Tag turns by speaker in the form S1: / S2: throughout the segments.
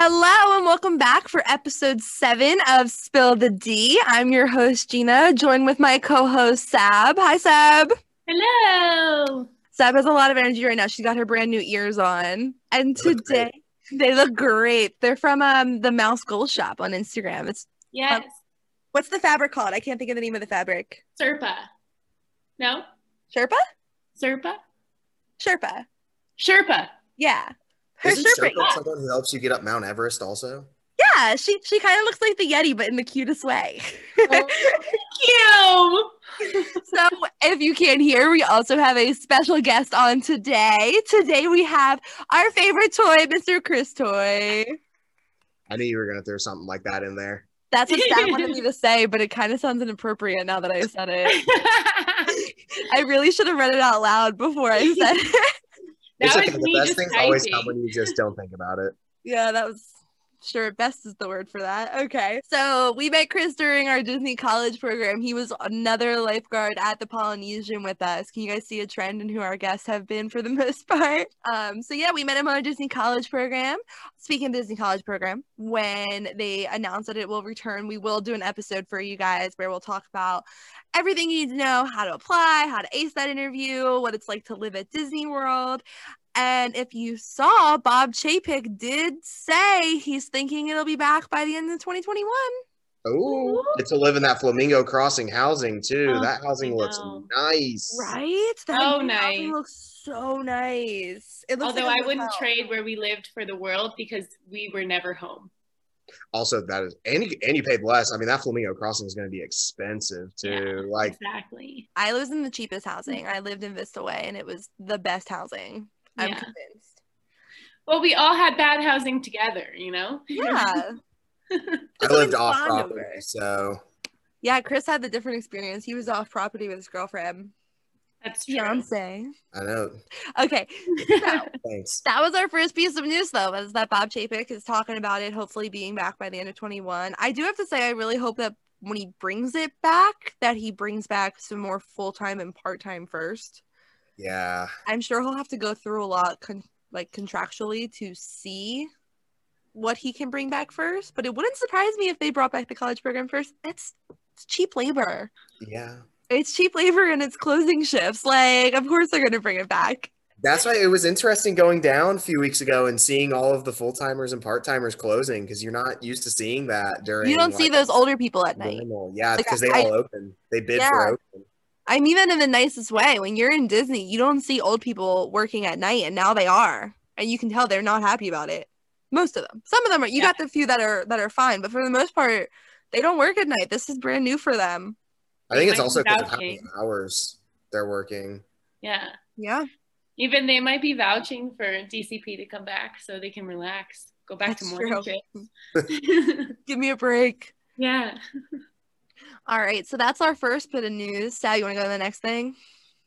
S1: Hello and welcome back for episode seven of Spill the D. I'm your host, Gina, joined with my co host, Sab. Hi, Sab.
S2: Hello.
S1: Sab has a lot of energy right now. She's got her brand new ears on. And
S3: They look
S1: today,
S3: great.
S1: they look great. They're from um, the Mouse Gold Shop on Instagram. It's
S2: Yes.
S1: Um, What's the fabric called? I can't think of the name of the fabric.
S2: Serpa. No?
S1: Sherpa?
S2: Serpa?
S1: Sherpa.
S2: Sherpa.
S1: Yeah. Her
S3: Isn't
S1: Sherpa.
S3: Sherpa someone who helps you get up Mount Everest also?
S1: Yeah, she, she kind of looks like the Yeti, but in the cutest way.
S2: Cute.
S1: So, if you can hear, we also have a special guest on today. Today we have our favorite toy, Mr. Chris Toy.
S3: I knew you were gonna throw something like that in there.
S1: That's what Sam wanted me to say, but it kind of sounds inappropriate now that I said it. I really should have read it out loud before I said it.
S2: That
S3: it's
S2: was
S3: okay. The
S2: me
S3: best
S2: just
S3: things always come
S2: typing.
S3: when you just don't think about it.
S1: yeah, that was sure best is the word for that. Okay. So, we met Chris during our Disney college program. He was another lifeguard at the Polynesian with us. Can you guys see a trend in who our guests have been for the most part? Um, so, yeah, we met him on our Disney college program. speaking of Disney College program, when they announce that it will return, we will do an episode for you guys where we'll talk about everything you need to know, how to apply, how to ace that interview, what it's like to live at Disney World. And if you saw, Bob Chapek did say he's thinking it'll be back by the end of 2021.
S3: Oh, get to live in that Flamingo Crossing housing too.
S2: Oh,
S3: that housing
S2: I
S3: looks
S2: know.
S3: nice.
S1: Right? That
S2: Oh,
S1: new housing
S2: nice.
S1: looks so nice. It looks
S2: Although
S1: like a
S2: I wouldn't
S1: hotel.
S2: trade where we lived for the world because we were never home.
S3: Also, that is and you, and you paid less. I mean, that Flamingo Crossing is gonna be expensive too. Like
S2: Exactly.
S1: I was in the cheapest housing. I lived in Vista Way and it was the best housing. I'm
S2: Yeah.
S1: convinced.
S2: Well, we all had bad housing together, you know?
S1: Yeah.
S3: I
S1: That's what
S3: lived
S1: we
S3: off
S1: bond
S3: property,
S1: over.
S3: so
S1: Yeah, Chris had the different experience. He was off property with his girlfriend,
S2: That's true.
S1: fiance.
S3: I know.
S1: Okay, so
S3: Thanks.
S1: that was our first piece of news, though, is that Bob Chapek is talking about it hopefully being back by the end of 21. I do have to say, I really hope that when he brings it back, that he brings back some more full time and part time first.
S3: Yeah.
S1: I'm sure he'll have to go through a lot, con- like contractually, to see what he can bring back first. But it wouldn't surprise me if they brought back the college program first. It's, it's cheap labor.
S3: Yeah.
S1: it's cheap labor and it's closing shifts. Like, of course they're gonna bring it back.
S3: That's why it was interesting going down a few weeks ago and seeing all of the full timers and part timers closing because you're not used to seeing that during.
S1: You don't see
S3: like,
S1: those older people at night.
S3: normal- Yeah,
S1: Like,
S3: because they
S1: I-
S3: all open. They bid
S1: Yeah.
S3: for open.
S1: I mean that in the nicest way. When you're in Disney, you don't see old people working at night, and now they are, and you can tell they're not happy about it. Most of them. Some of them are. You
S2: Yeah.
S1: got the few that are that are fine, but for the most part, they don't work at night. This is brand new for them.
S3: I think it's
S2: Like
S3: also because of how many
S2: vouching.
S3: hours they're working.
S2: Yeah.
S1: Yeah,
S2: Even they might be vouching for DCP to come back so they can relax, go back
S1: That's
S2: to morning
S1: true.
S2: shift.
S1: give me a break.
S2: yeah.
S1: All right, so that's our first bit of news. Sal, you want to go to the next thing?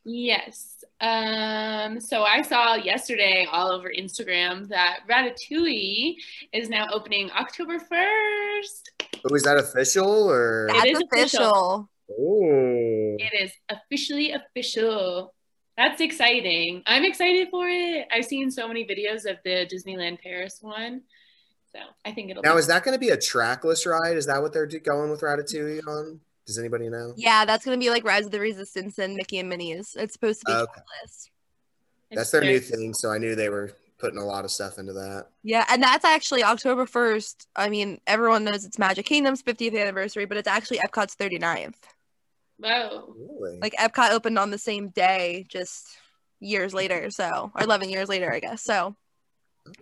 S2: Yes. Um, so I saw yesterday all over Instagram that Ratatouille is now opening October 1st.
S3: But was that official or?
S2: It
S1: That's
S2: is
S1: official.
S2: official.
S3: Oh,
S2: It is officially official. That's exciting. I'm excited for it. I've seen so many videos of the Disneyland Paris one. So I think it'll
S3: now
S2: be
S3: is that going to be a trackless ride? Is that what they're do- going with Ratatouille on? Does anybody know?
S1: Yeah, that's gonna be like Rise of the Resistance and Mickey and Minnie's. It's supposed to be
S3: Okay.
S1: trackless.
S3: That's their new thing. So I knew they were putting a lot of stuff into that.
S1: Yeah, and that's actually October 1st. I mean, everyone knows it's Magic Kingdom's 50th anniversary, but it's actually Epcot's 39th.
S2: Whoa.
S3: Really?
S1: Like Epcot opened on the same day just years later, so or 11 years later, I guess. So,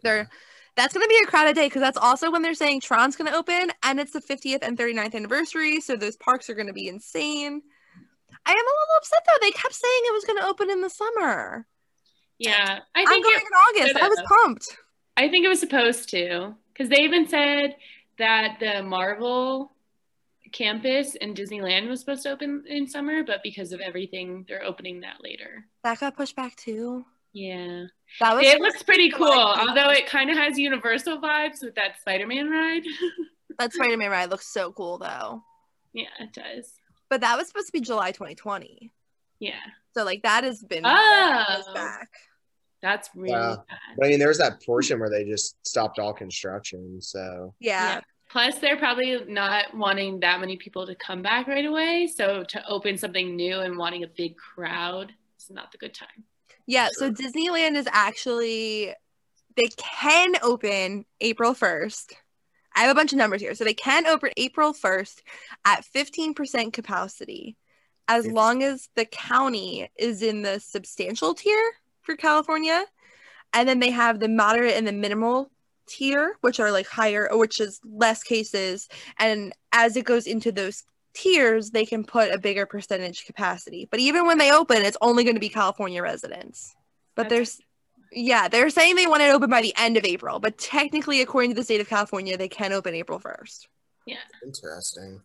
S1: they're that's going to be a crowded day because that's also when they're saying Tron's going to open and it's the 50th and 39th anniversary, so those parks are going to be insane. I am a little upset though. They kept saying it was going to open in the summer.
S2: Yeah. I
S1: I'm
S2: think
S1: going
S2: it,
S1: in August.
S2: should've.
S1: I was pumped.
S2: I think it was supposed to, because they even said that the Marvel campus in Disneyland was supposed to open in summer, but because of everything, they're opening that later.
S1: That got pushed back too.
S2: Yeah,
S1: That was
S2: it looks pretty cool.
S1: July.
S2: Although it kind of has Universal vibes with that Spider-Man ride.
S1: that Spider-Man ride looks so cool though.
S2: yeah, it does.
S1: But that was supposed to be July 2020.
S2: Yeah.
S1: So like that has been
S2: Oh.
S1: pushed back.
S2: That's really
S3: Yeah.
S2: bad.
S3: But I mean, there was that portion where they just stopped all construction. So
S1: Yeah.
S2: Yeah. Plus, they're probably not wanting that many people to come back right away. So to open something new and wanting a big crowd is not the good time.
S1: Yeah, so Disneyland is actually they can open April 1st. I have a bunch of numbers here. So they can open April 1st at 15% capacity as
S3: Fif-
S1: long as the county is in the substantial tier for California. And then they have the moderate and the minimal tier, which are like higher, which is less cases. And as it goes into those tiers, they can put a bigger percentage capacity. But even when they open, it's only going to be California residents. But
S2: That's-
S1: there's, yeah, they're saying they want it open by the end of April. But technically, according to the state of California, they can open April 1st.
S3: interesting.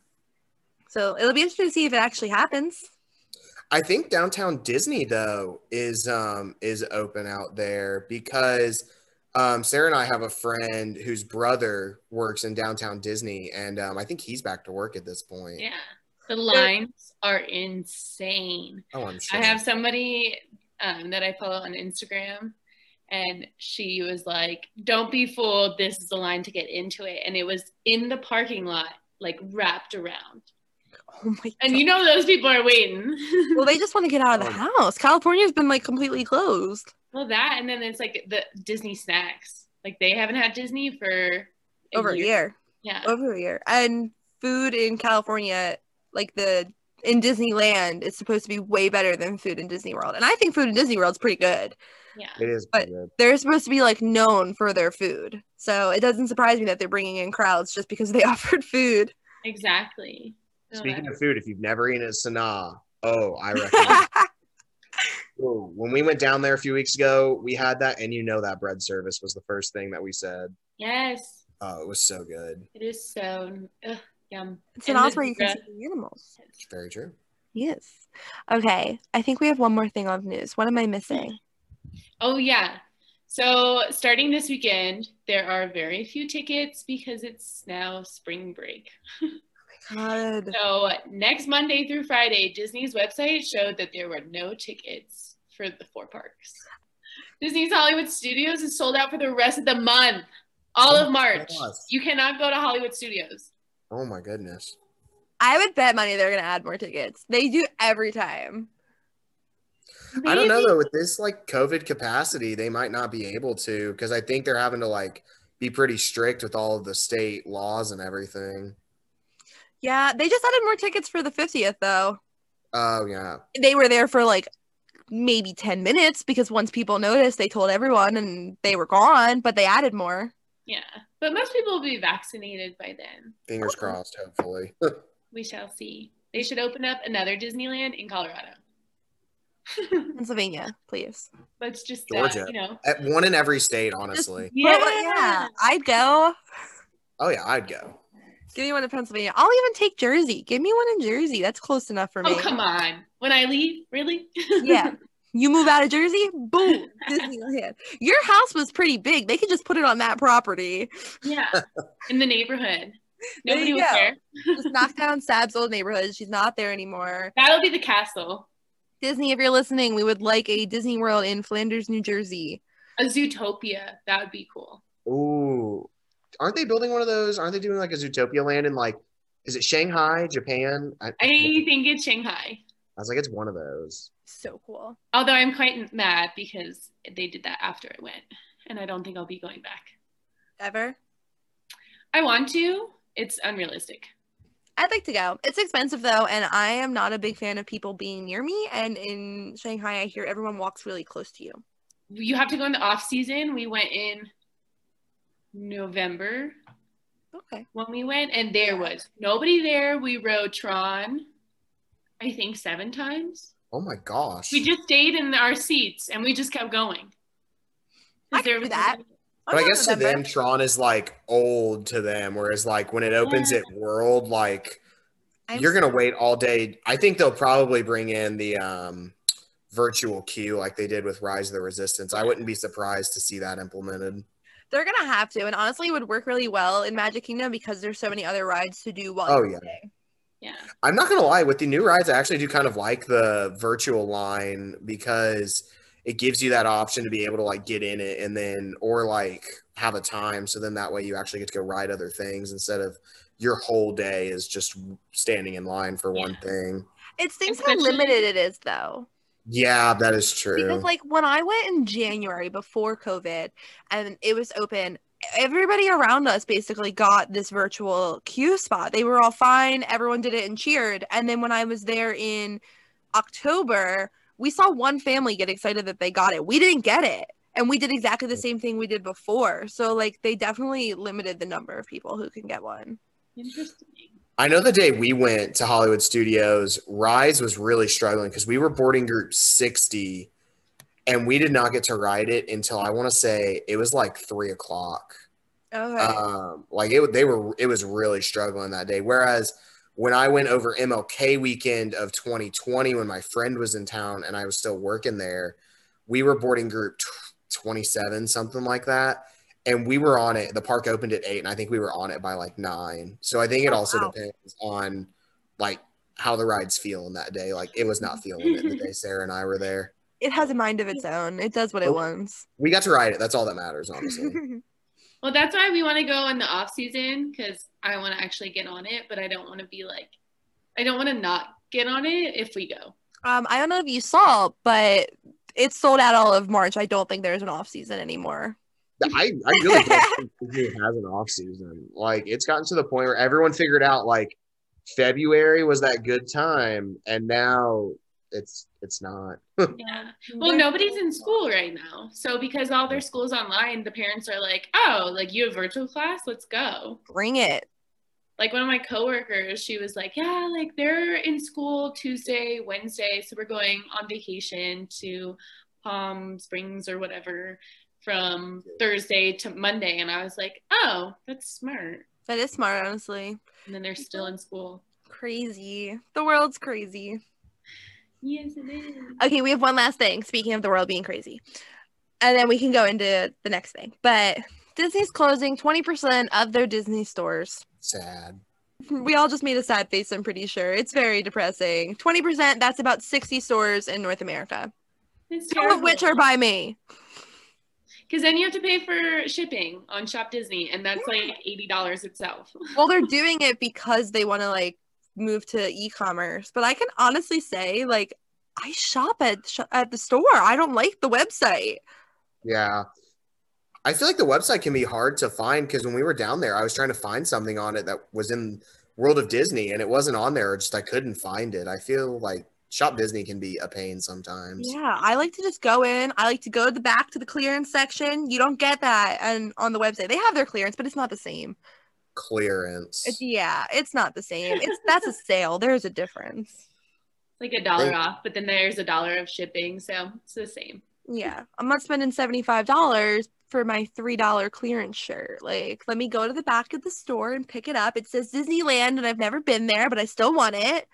S1: So it'll be interesting to see if it actually happens.
S3: I think downtown Disney though is um is open out there because um Sarah and I have a friend whose brother works in downtown Disney and um I think he's back to work at this point.
S2: Yeah. The lines are insane.
S3: Oh, I'm sure.
S2: I have somebody um, that I follow on Instagram, and she was like, "Don't be fooled. This is the line to get into it." And it was in the parking lot, like wrapped around.
S1: Oh my God.
S2: And you know those people are waiting.
S1: well, they just want to get out of the house. California's been like completely closed.
S2: well, that, and then it's like the Disney snacks. Like they haven't had Disney for a
S1: over a year.
S2: Yeah.
S1: Over a year. And food in California, like the in Disneyland, is supposed to be way better than food in Disney World. And I think food in Disney World's pretty good.
S2: Yeah.
S3: It is
S1: but-
S3: good.
S1: They're supposed to be like known for their food. So it doesn't surprise me that they're bringing in crowds just because they offered food.
S2: Exactly. So
S3: Speaking
S2: that-
S3: of food, if you've never eaten at Sanaa, oh, I recommend. Ooh, when we went down there a few weeks ago, we had that, and you know that bread service was the first thing that we said.
S2: yes,
S3: Oh, it was so good.
S2: it is so ugh, yum.
S1: it's an
S2: And
S1: house where
S2: the-
S1: you can see the animals.
S3: It's very true.
S1: Yes. Okay. I think we have one more thing on news. What am I missing?
S2: Oh yeah. So starting this weekend, there are very few tickets because it's now spring break.
S1: God.
S2: So next Monday through Friday, Disney's website showed that there were no tickets for the four parks. Disney's Hollywood Studios is sold out for the rest of the month, all
S3: Oh
S2: of
S3: my
S2: March.
S3: gosh.
S2: You cannot go to Hollywood Studios.
S3: Oh my goodness.
S1: I would bet money they're gonna add more tickets. They do every time.
S3: I don't know
S2: Maybe-
S3: though. With this like COVID capacity, they might not be able to because I think they're having to like be pretty strict with all of the state laws and everything.
S1: Yeah, they just added more tickets for the 50th though.
S3: Oh yeah,
S1: They were there for like maybe 10 minutes because once people noticed, they told everyone and they were gone, but they added more.
S2: Yeah, but most people will be vaccinated by then.
S3: fingers crossed. Hopefully,
S2: We shall see. They should open up another Disneyland in Colorado.
S1: Pennsylvania, please.
S2: Let's just
S3: Georgia.
S2: Uh, you know.
S3: At one in every state, honestly.
S1: But, like, yeah, I'd go.
S3: Oh yeah, I'd go.
S1: Give me one in Pennsylvania. I'll even take Jersey. Give me one in Jersey. That's close enough for me.
S2: Oh come on! When I leave, really?
S1: Yeah. You move out of Jersey, boom, Disneyland. Your house was pretty big. They could just put it on that property.
S2: yeah. In the neighborhood,
S1: There
S2: nobody
S1: you
S2: was
S1: go.
S2: there.
S1: Just knock down Sab's old neighborhood. She's not there anymore.
S2: That'll be the castle,
S1: Disney, if you're listening, we would like a Disney World in Flanders, New Jersey.
S2: a Zootopia. That would be cool.
S3: Ooh, aren't they building one of those? Aren't they doing like a Zootopia land in like, is it Shanghai, Japan? I,
S2: I think it's Shanghai.
S3: I was like, it's one of those.
S1: So cool.
S2: Although I'm quite mad because they did that after I went, and I don't think I'll be going back.
S1: Ever?
S2: I want to. It's unrealistic.
S1: I'd like to go. It's expensive though, and I am not a big fan of people being near me. And in Shanghai, I hear everyone walks really close to you.
S2: you have to go in the off season. We went in November
S1: Okay.
S2: when we went, and there was nobody there. We rode Tron, I think seven times.
S3: Oh my gosh.
S2: We just stayed in our seats and we just kept going. 'Cause
S1: I can do that.
S3: But I guess to them, Tron is like old to them, whereas like when it opens
S2: Yeah.
S3: at World, like you're gonna wait all day. I think they'll probably bring in the um, virtual queue like they did with Rise of the Resistance. I wouldn't be surprised to see that implemented.
S1: They're gonna have to, and honestly, it would work really well in Magic Kingdom because there's so many other rides to do while.
S3: Oh,
S1: you're
S3: yeah.
S1: staying.
S2: Yeah.
S3: I'm not gonna lie, with the new rides, I actually do kind of like the virtual line because it gives you that option to be able to like get in it and then or like have a time so then that way you actually get to go ride other things instead of your whole day is just standing in line for one thing
S1: It stinks how
S2: Especially-
S1: limited it is though.
S3: yeah that is true
S1: Because like when I went in January before COVID and it was open, everybody around us basically got this virtual queue spot. They were all fine, everyone did it and cheered. And then when I was there in October, we saw one family get excited that they got it. We didn't get it. And we did exactly the same thing we did before. So like they definitely limited the number of people who can get one.
S2: Interesting.
S3: I know the day we went to Hollywood Studios, Rise was really struggling because we were boarding group 60 and we did not get to ride it until I want to say it was like three o'clock.
S1: Okay.
S3: Um, like it, they were, it was really struggling that day. Whereas when I went over MLK weekend of 2020, when my friend was in town and I was still working there, we were boarding group tw 27, something like that. And we were on it. The park opened at eight, and I think we were on it by like nine. So I think it
S1: Oh,
S3: also
S1: wow.
S3: depends on like how the ride's feeling that day. Like it was not feeling it the day Sarah and I were there.
S1: it has a mind of its own. It does what it
S3: Oh.
S1: wants.
S3: We got to ride it. That's all that matters, honestly.
S2: Well, that's why we want to go in the off season because I want to actually get on it, but I don't want to be like, I don't want to not get on it if we go.
S1: Um, I don't know if you saw, but it sold out all of March. I don't think there's an off season anymore.
S3: I, I really don't think Disney has an off season. Like it's gotten to the point where everyone figured out like February was that good time, and now it's it's not.
S2: Yeah. Well, nobody's in school right now. So because all their school's online, the parents are like, oh, like you have virtual class? Let's go.
S1: Bring it.
S2: Like one of my coworkers, she was like, yeah, like they're in school Tuesday, Wednesday. So we're going on vacation to Palm Springs or whatever from Thursday to Monday. And I was like, oh, that's smart.
S1: That is smart, honestly.
S2: And then they're still in school.
S1: Crazy. The world's crazy.
S2: Yes, it is.
S1: Okay, we have one last thing. Speaking of the world being crazy, and then we can go into the next thing. But Disney's closing 20% of their Disney stores.
S3: Sad.
S1: We all just made a sad face, I'm pretty sure. It's very depressing. 20%, that's about 60 stores in North America,
S2: It's
S1: some of which are by me.
S2: because then you have to pay for shipping on Shop Disney, and that's like eighty dollars itself.
S1: well they're doing it because they want to like move to e-commerce but i can honestly say like i shop at sh- at the store i don't like the website
S3: Yeah. I feel like the website can be hard to find because when we were down there, I was trying to find something on it that was in World of Disney and it wasn't on there. Or just I couldn't find it. I feel like Shop Disney can be a pain sometimes.
S1: yeah i like to just go in i like to go to the back to the clearance section you don't get that and on the website they have their clearance but it's not the same
S3: Clearance.
S1: it's, yeah it's not the same it's that's a sale there's a difference
S2: like a dollar
S3: Right.
S2: off, but then there's a dollar of shipping, so it's the same.
S1: yeah i'm not spending $75 for my $3 clearance shirt like let me go to the back of the store and pick it up it says disneyland and i've never been there but i still want it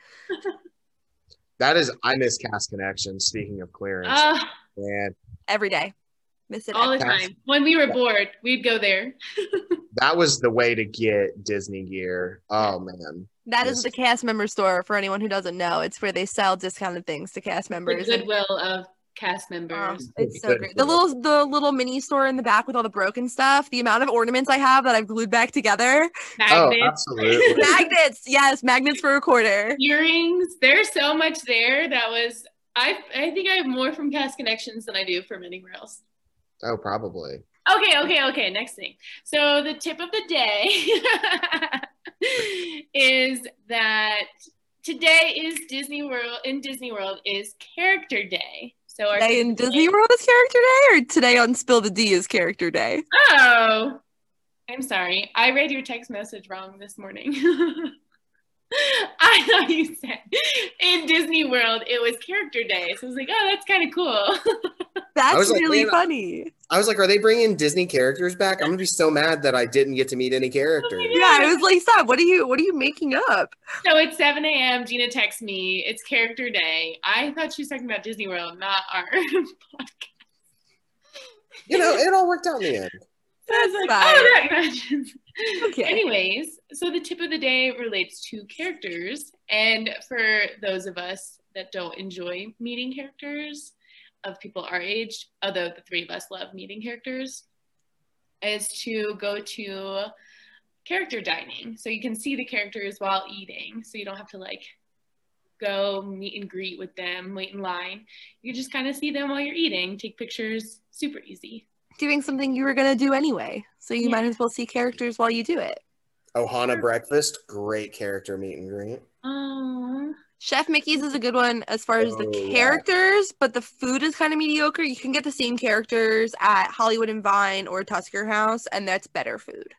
S3: That is, I miss Cast Connection. Speaking of clearance,
S2: Uh,
S3: man,
S1: every day miss it
S2: all the
S1: every-
S3: That's-
S2: time. When we were bored, we'd go there.
S3: that was the way to get Disney gear. Oh man,
S1: that is
S3: Yes.
S1: the cast member store for anyone who doesn't know it's where they sell discounted things to cast
S2: The
S1: members and-
S2: goodwill of cast
S1: Oh,
S2: members.
S1: it's so great. The little the little mini store in the back with all the broken stuff, the amount of ornaments I have that I've glued back together.
S3: oh
S2: Magnets,
S3: absolutely.
S1: magnets, yes, magnets for a quarter.
S2: earrings. There's so much there that was. I I think I have more from Cast Connections than I do from anywhere else.
S3: oh, probably.
S2: Okay, okay, okay. Next thing. So the tip of the day is that today is Disney World in Disney World is Character Day. So our
S1: Today in Disney World is character day, or today on Spill the D is character day.
S2: Oh, I'm sorry. I read your text message wrong this morning. I thought you said in Disney World it was Character Day. So I was like, oh, that's kind of cool.
S1: That's
S3: was like,
S1: really
S3: man, I-
S1: funny.
S3: I was like, are they bringing Disney characters back? I'm gonna be so mad that I didn't get to meet any characters.
S2: my
S1: Yeah, I was like, stop. What are you? What are you making up?
S2: So it's 7 a.m. Gina texts me. It's character day. I thought she was talking about Disney World, not our podcast.
S3: You know, it all worked out in the end.
S2: So I
S1: That's
S2: was like,
S1: fine.
S2: oh, that matches.
S1: Okay.
S2: Anyways, so the tip of the day relates to characters. And for those of us that don't enjoy meeting characters, of people our age, although the three of us love meeting characters, is to go to character dining. So you can see the characters while eating. So you don't have to like go meet and greet with them, wait in line. You just kind of see them while you're eating, take pictures, super easy.
S1: Doing something you were gonna do anyway, so you
S2: Yeah.
S1: might as well see characters while you do it.
S3: Ohana Oh, Breakfast, great character meet and greet.
S2: Oh,
S1: Chef Mickey's is a good one as far as the
S3: Oh, yeah.
S1: characters, but the food is kind of mediocre. You can get the same characters at Hollywood and Vine or Tusker House, and that's better food.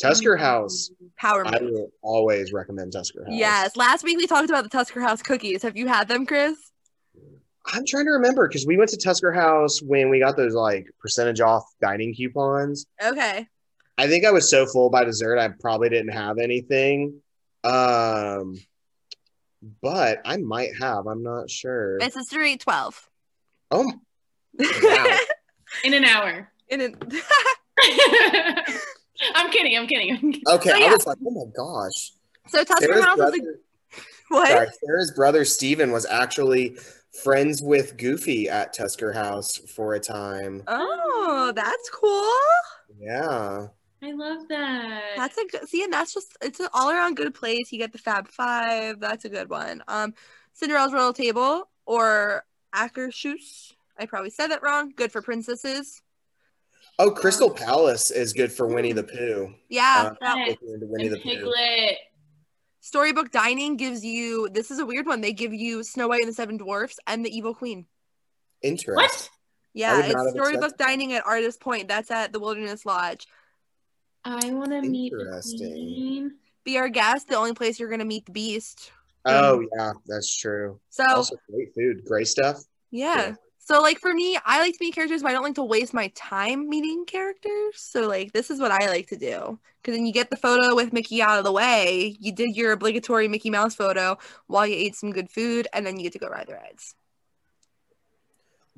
S3: Tusker House,
S1: Power
S3: I
S1: move.
S3: will always recommend Tusker House.
S1: Yes. Last week we talked about the Tusker House cookies. Have you had them, Chris?
S3: I'm trying to remember because we went to Tusker House when we got those like percentage off dining coupons.
S1: Okay.
S3: I think I was so full by dessert, I probably didn't have anything. Um, but I might have. I'm not sure.
S1: My sister ate 12.
S3: Oh, wow.
S2: in an hour.
S1: In an-
S2: I'm kidding. I'm kidding. I'm kidding.
S3: okay.
S1: So,
S3: I
S1: yeah.
S3: was like, oh my gosh.
S1: so Tusker
S3: Sarah's
S1: House is
S3: brother,
S1: a what?
S3: sorry, Sarah's brother Steven was actually friends with Goofy at Tusker House for a time.
S1: Oh, that's cool.
S3: Yeah.
S2: I love that.
S1: That's a good see, and that's just it's an all around good place. You get the Fab Five. That's a good one. Um, Cinderella's Royal Table or Akershus. I probably said that wrong. Good for princesses.
S3: Oh, Crystal Palace is good for Winnie the Pooh.
S1: Yeah.
S3: Uh,
S1: that-
S3: If you're into Winnie
S2: and
S3: the Pooh.
S2: Piglet.
S1: Storybook dining gives you this is a weird one. They give you Snow White and the Seven Dwarfs and the Evil Queen.
S3: Interesting.
S2: What?
S1: Yeah,
S3: would not
S1: it's
S3: have accepted-
S1: storybook dining at Artist Point. That's at the Wilderness Lodge.
S2: I want to meet. the
S3: Interesting.
S2: queen.
S1: Be our guest, the only place you're gonna meet the beast.
S3: Oh yeah, that's true.
S1: So
S3: Also great food, great stuff.
S1: Yeah.
S3: Yeah.
S1: So like for me, I like to meet characters, but I don't like to waste my time meeting characters. So like this is what I like to do. Cause then you get the photo with Mickey out of the way. You did your obligatory Mickey Mouse photo while you ate some good food, and then you get to go ride the rides.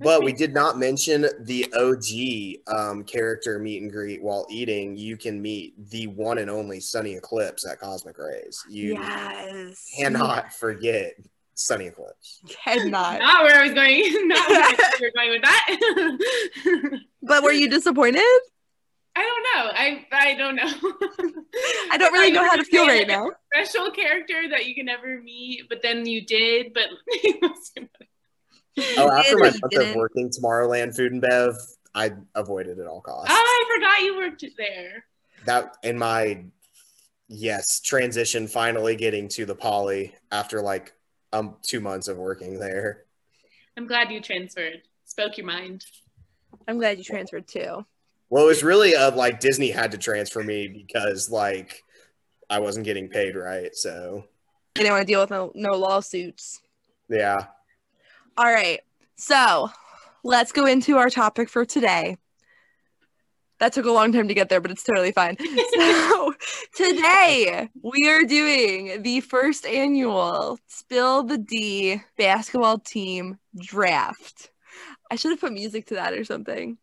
S3: But
S2: Okay.
S3: we did not mention the OG um, character meet and greet while eating. You can meet the one and only Sunny Eclipse at Cosmic Rays. You
S1: yes.
S3: cannot forget Sunny Eclipse.
S1: Cannot.
S2: Not where I was going. Not where I thought you were going with that.
S1: But were you disappointed?
S2: I don't know. I I don't know.
S1: I don't really know how to feel right now.
S2: Special character that you can never meet, but then you did. But I
S3: Oh, after my
S1: You
S3: month of
S1: didn't.
S3: working Tomorrowland Food and Bev, I avoided at all costs.
S2: Oh,
S1: Ah.
S2: forgot you worked there.
S3: that in my yes transition finally getting to the poly after like um two months of working there
S2: I'm glad you transferred. Spoke your mind.
S1: I'm glad you transferred too.
S3: well it was really uh, like disney had to transfer me because like i wasn't getting paid right so
S1: I didn't want to deal with no, no lawsuits.
S3: yeah
S1: All right. So let's go into our topic for today. That took a long time to get there, but it's totally fine. So today we are doing the first annual Spill the D basketball team draft. I should have put music to that or something.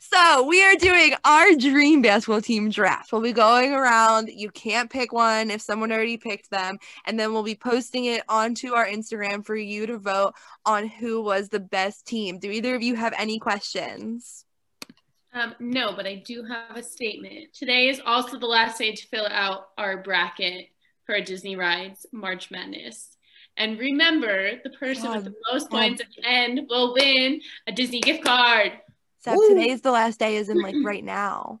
S1: So we are doing our dream basketball team draft. We'll be going around. You can't pick one if someone already picked them, and then we'll be posting it onto our Instagram for you to vote on who was the best team. Do either of you have any questions?
S2: Um, no, but I do have a statement. Today is also the last day to fill out our bracket for Disney Rides March Madness. And remember, the person with the most points at the end will win a Disney gift card.
S1: Seth,
S3: Woo.
S1: today's the last day, is in like right now.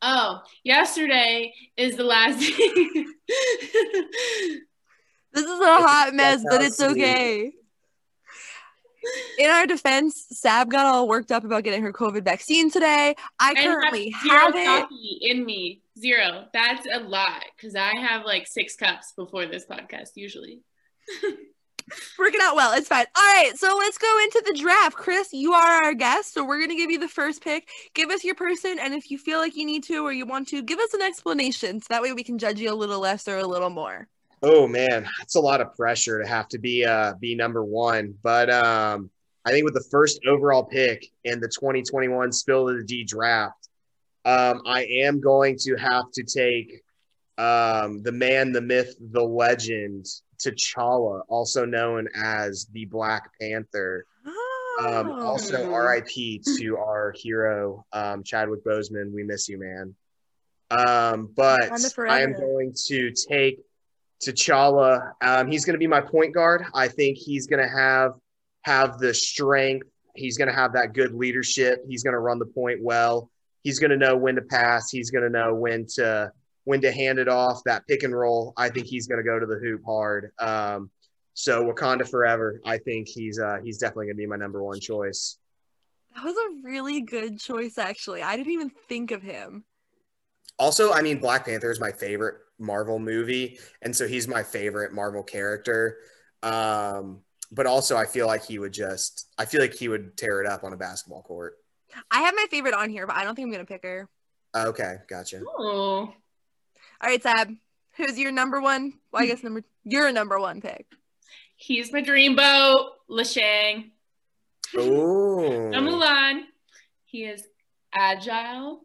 S2: Oh, yesterday is the last day.
S1: This is a hot mess,
S3: That's
S1: but
S3: how
S1: it's
S3: sweet.
S1: okay. In our defense, Sab got all worked up about getting her COVID vaccine today. I
S2: I have
S1: currently
S2: zero
S1: have it.
S2: coffee in me. Zero. That's a lot because I have like six cups before this podcast usually.
S1: working out well. It's fine. All right, so let's go into the draft. Chris, you are our guest, so we're gonna give you the first pick. Give us your person, and if you feel like you need to or you want to, give us an explanation. So that way we can judge you a little less or a little more.
S3: oh man that's a lot of pressure to have to be uh be number one but um i think with the first overall pick in the 2021 spill of the d draft um i am going to have to take um the man the myth the legend T'Challa, also known as the Black Panther. Um,
S1: Oh.
S3: also, RIP to our hero, um, Chadwick Boseman. We miss you, man. Um, but
S1: Wakanda
S3: I am
S1: forever.
S3: going to take T'Challa. Um, he's going to be my point guard. I think he's going to have have the strength. He's going to have that good leadership. He's going to run the point well. He's going to know when to pass. He's going to know when to when to hand it off. That pick and roll. I think he's going to go to the hoop hard. Um, so Wakanda forever. I think he's uh, he's definitely going to be my number one choice.
S1: that was a really good choice, actually. I didn't even think of him.
S3: Also, I mean, Black Panther is my favorite Marvel movie, and so he's my favorite Marvel character. Um, but also, I feel like he would just, I feel like he would tear it up on a basketball court.
S1: I have my favorite on here, but I don't think I'm gonna pick her.
S3: Okay, gotcha.
S2: Oh,
S1: All right, Sab, who's your number one? Well,
S3: Hmm.
S1: I guess number your number one pick.
S2: he's my dreamboat, Lashang.
S3: Ooh,
S2: Number one, he is agile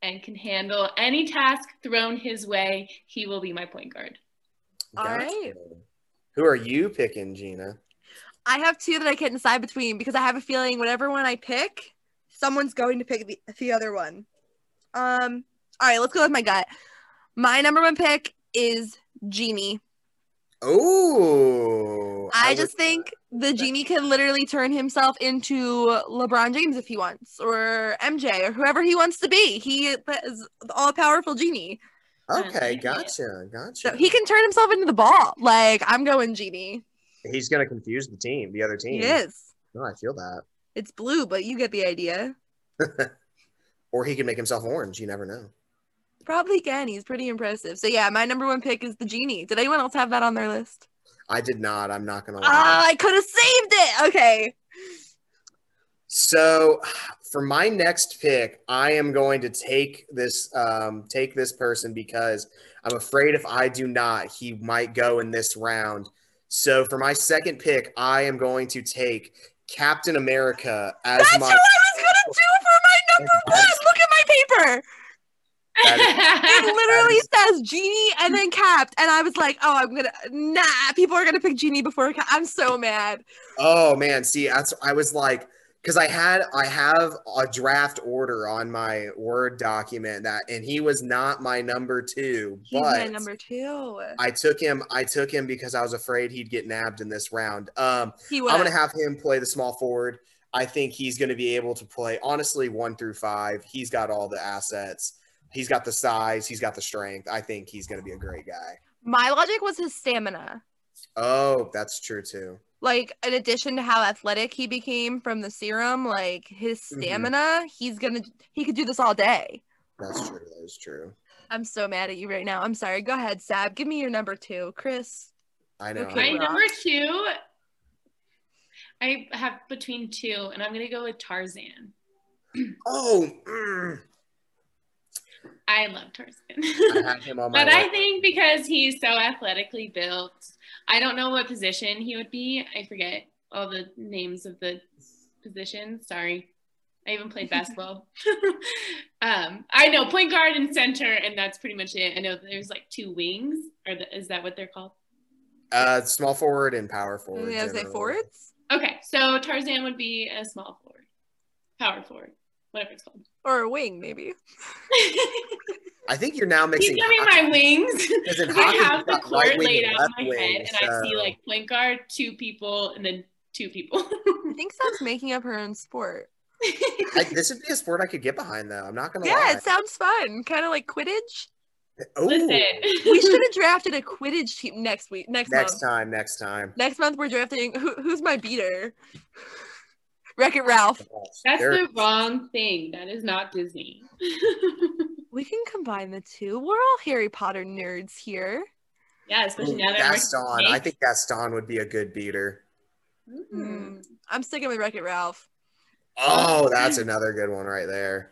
S2: and can handle any task thrown his way. He will be my point guard.
S1: All right.
S3: Who are you picking, Gina?
S1: I have two that I can't decide between because I have a feeling whatever one I pick, someone's going to pick the, the other one. Um, all right, let's go with my gut. My number one pick is Genie.
S3: Oh,
S1: I just think the genie can literally turn himself into LeBron James if he wants, or MJ, or whoever he wants to be. He is the all-powerful genie,
S3: Okay,
S2: Yeah.
S3: gotcha, gotcha.
S1: so he can turn himself into the ball. Like I'm going genie.
S3: He's gonna confuse the team, the other team.
S1: He is.
S3: No, I feel that.
S1: It's blue, but you get the idea.
S3: Or he can make himself orange. You never know.
S1: Probably can. He's pretty impressive. So yeah, my number one pick is the genie. Did anyone else have that on their list?
S3: I did not. I'm not gonna lie.
S1: Ah, I could have saved it. Okay.
S3: So, for my next pick, I am going to take this um, take this person because I'm afraid if I do not, he might go in this round. So, for my second pick, I am going to take Captain America as
S1: That's
S3: my.
S1: what I was gonna do for my number one. Look at my paper. it literally says genie and then capped and i was like oh i'm gonna nah people are gonna pick genie before cap i'm so mad
S3: Oh man, see, that's I was like, because I had I have a draft order on my Word document that, and he was not my number two,
S1: he's
S3: but
S1: my number two
S3: I took him. I took him because I was afraid he'd get nabbed in this round. Um,
S1: he
S3: I'm
S1: was
S3: gonna have him play the small forward. I think he's gonna be able to play honestly one through five. He's got all the assets. He's got the size. He's got the strength. I think he's gonna be a great guy.
S1: my logic was his stamina
S3: Oh, that's true too.
S1: like in addition to how athletic he became from the serum like his
S3: Mhm.
S1: stamina he's gonna he could do this all day
S3: That's true. That is true.
S1: i'm so mad at you right now i'm sorry go ahead sab give me your number two chris
S3: I know.
S1: Okay,
S2: My
S1: Rock.
S2: number two, I have between two, and I'm going to go with Tarzan.
S3: Oh, mm.
S2: I love
S3: I
S2: Tarzan.
S3: had him on my.
S2: but I
S3: list.
S2: think because he's so athletically built, I don't know what position he would be. I forget all the names of the positions. Sorry. I even played basketball. um, I know point guard and center, and that's pretty much it. I know there's like two wings, or the, is that what they're called?
S3: uh, small forward and power forward.
S1: yeah say
S3: generally.
S1: forwards
S2: Okay, so Tarzan would be a small forward, power forward, whatever it's called.
S1: or a wing maybe
S3: I think you're now
S2: He's
S3: mixing.
S2: giving
S3: hockey-
S2: my wings.
S3: 'cause in
S2: I
S3: hockey,
S2: have
S3: you've
S2: the
S3: got
S2: court
S3: right wing
S2: laid
S3: and
S2: out
S3: left
S2: in my
S3: wing,
S2: head, and I see
S3: so-
S2: like point guard, two people, and then two people.
S1: i think sab's making up her own sport
S3: I, this would be a sport I could get behind, though. I'm not gonna
S1: Yeah,
S3: lie.
S1: it sounds fun. Kind of like Quidditch.
S3: Ooh,
S2: Listen,
S1: We should have drafted a Quidditch team next week. Next, month.
S3: next time, next time.
S1: Next month we're drafting. Who, who's my beater? Wreck It Ralph.
S2: that's
S3: There-
S2: the wrong thing. That is not Disney.
S1: We can combine the two. We're all Harry Potter nerds here.
S2: yeah, especially
S3: Ooh,
S2: now that
S3: Gaston. I think Gaston would be a good beater.
S2: we're.
S1: Mm. I'm sticking with Wreck It Ralph.
S3: Oh, that's another good one right there.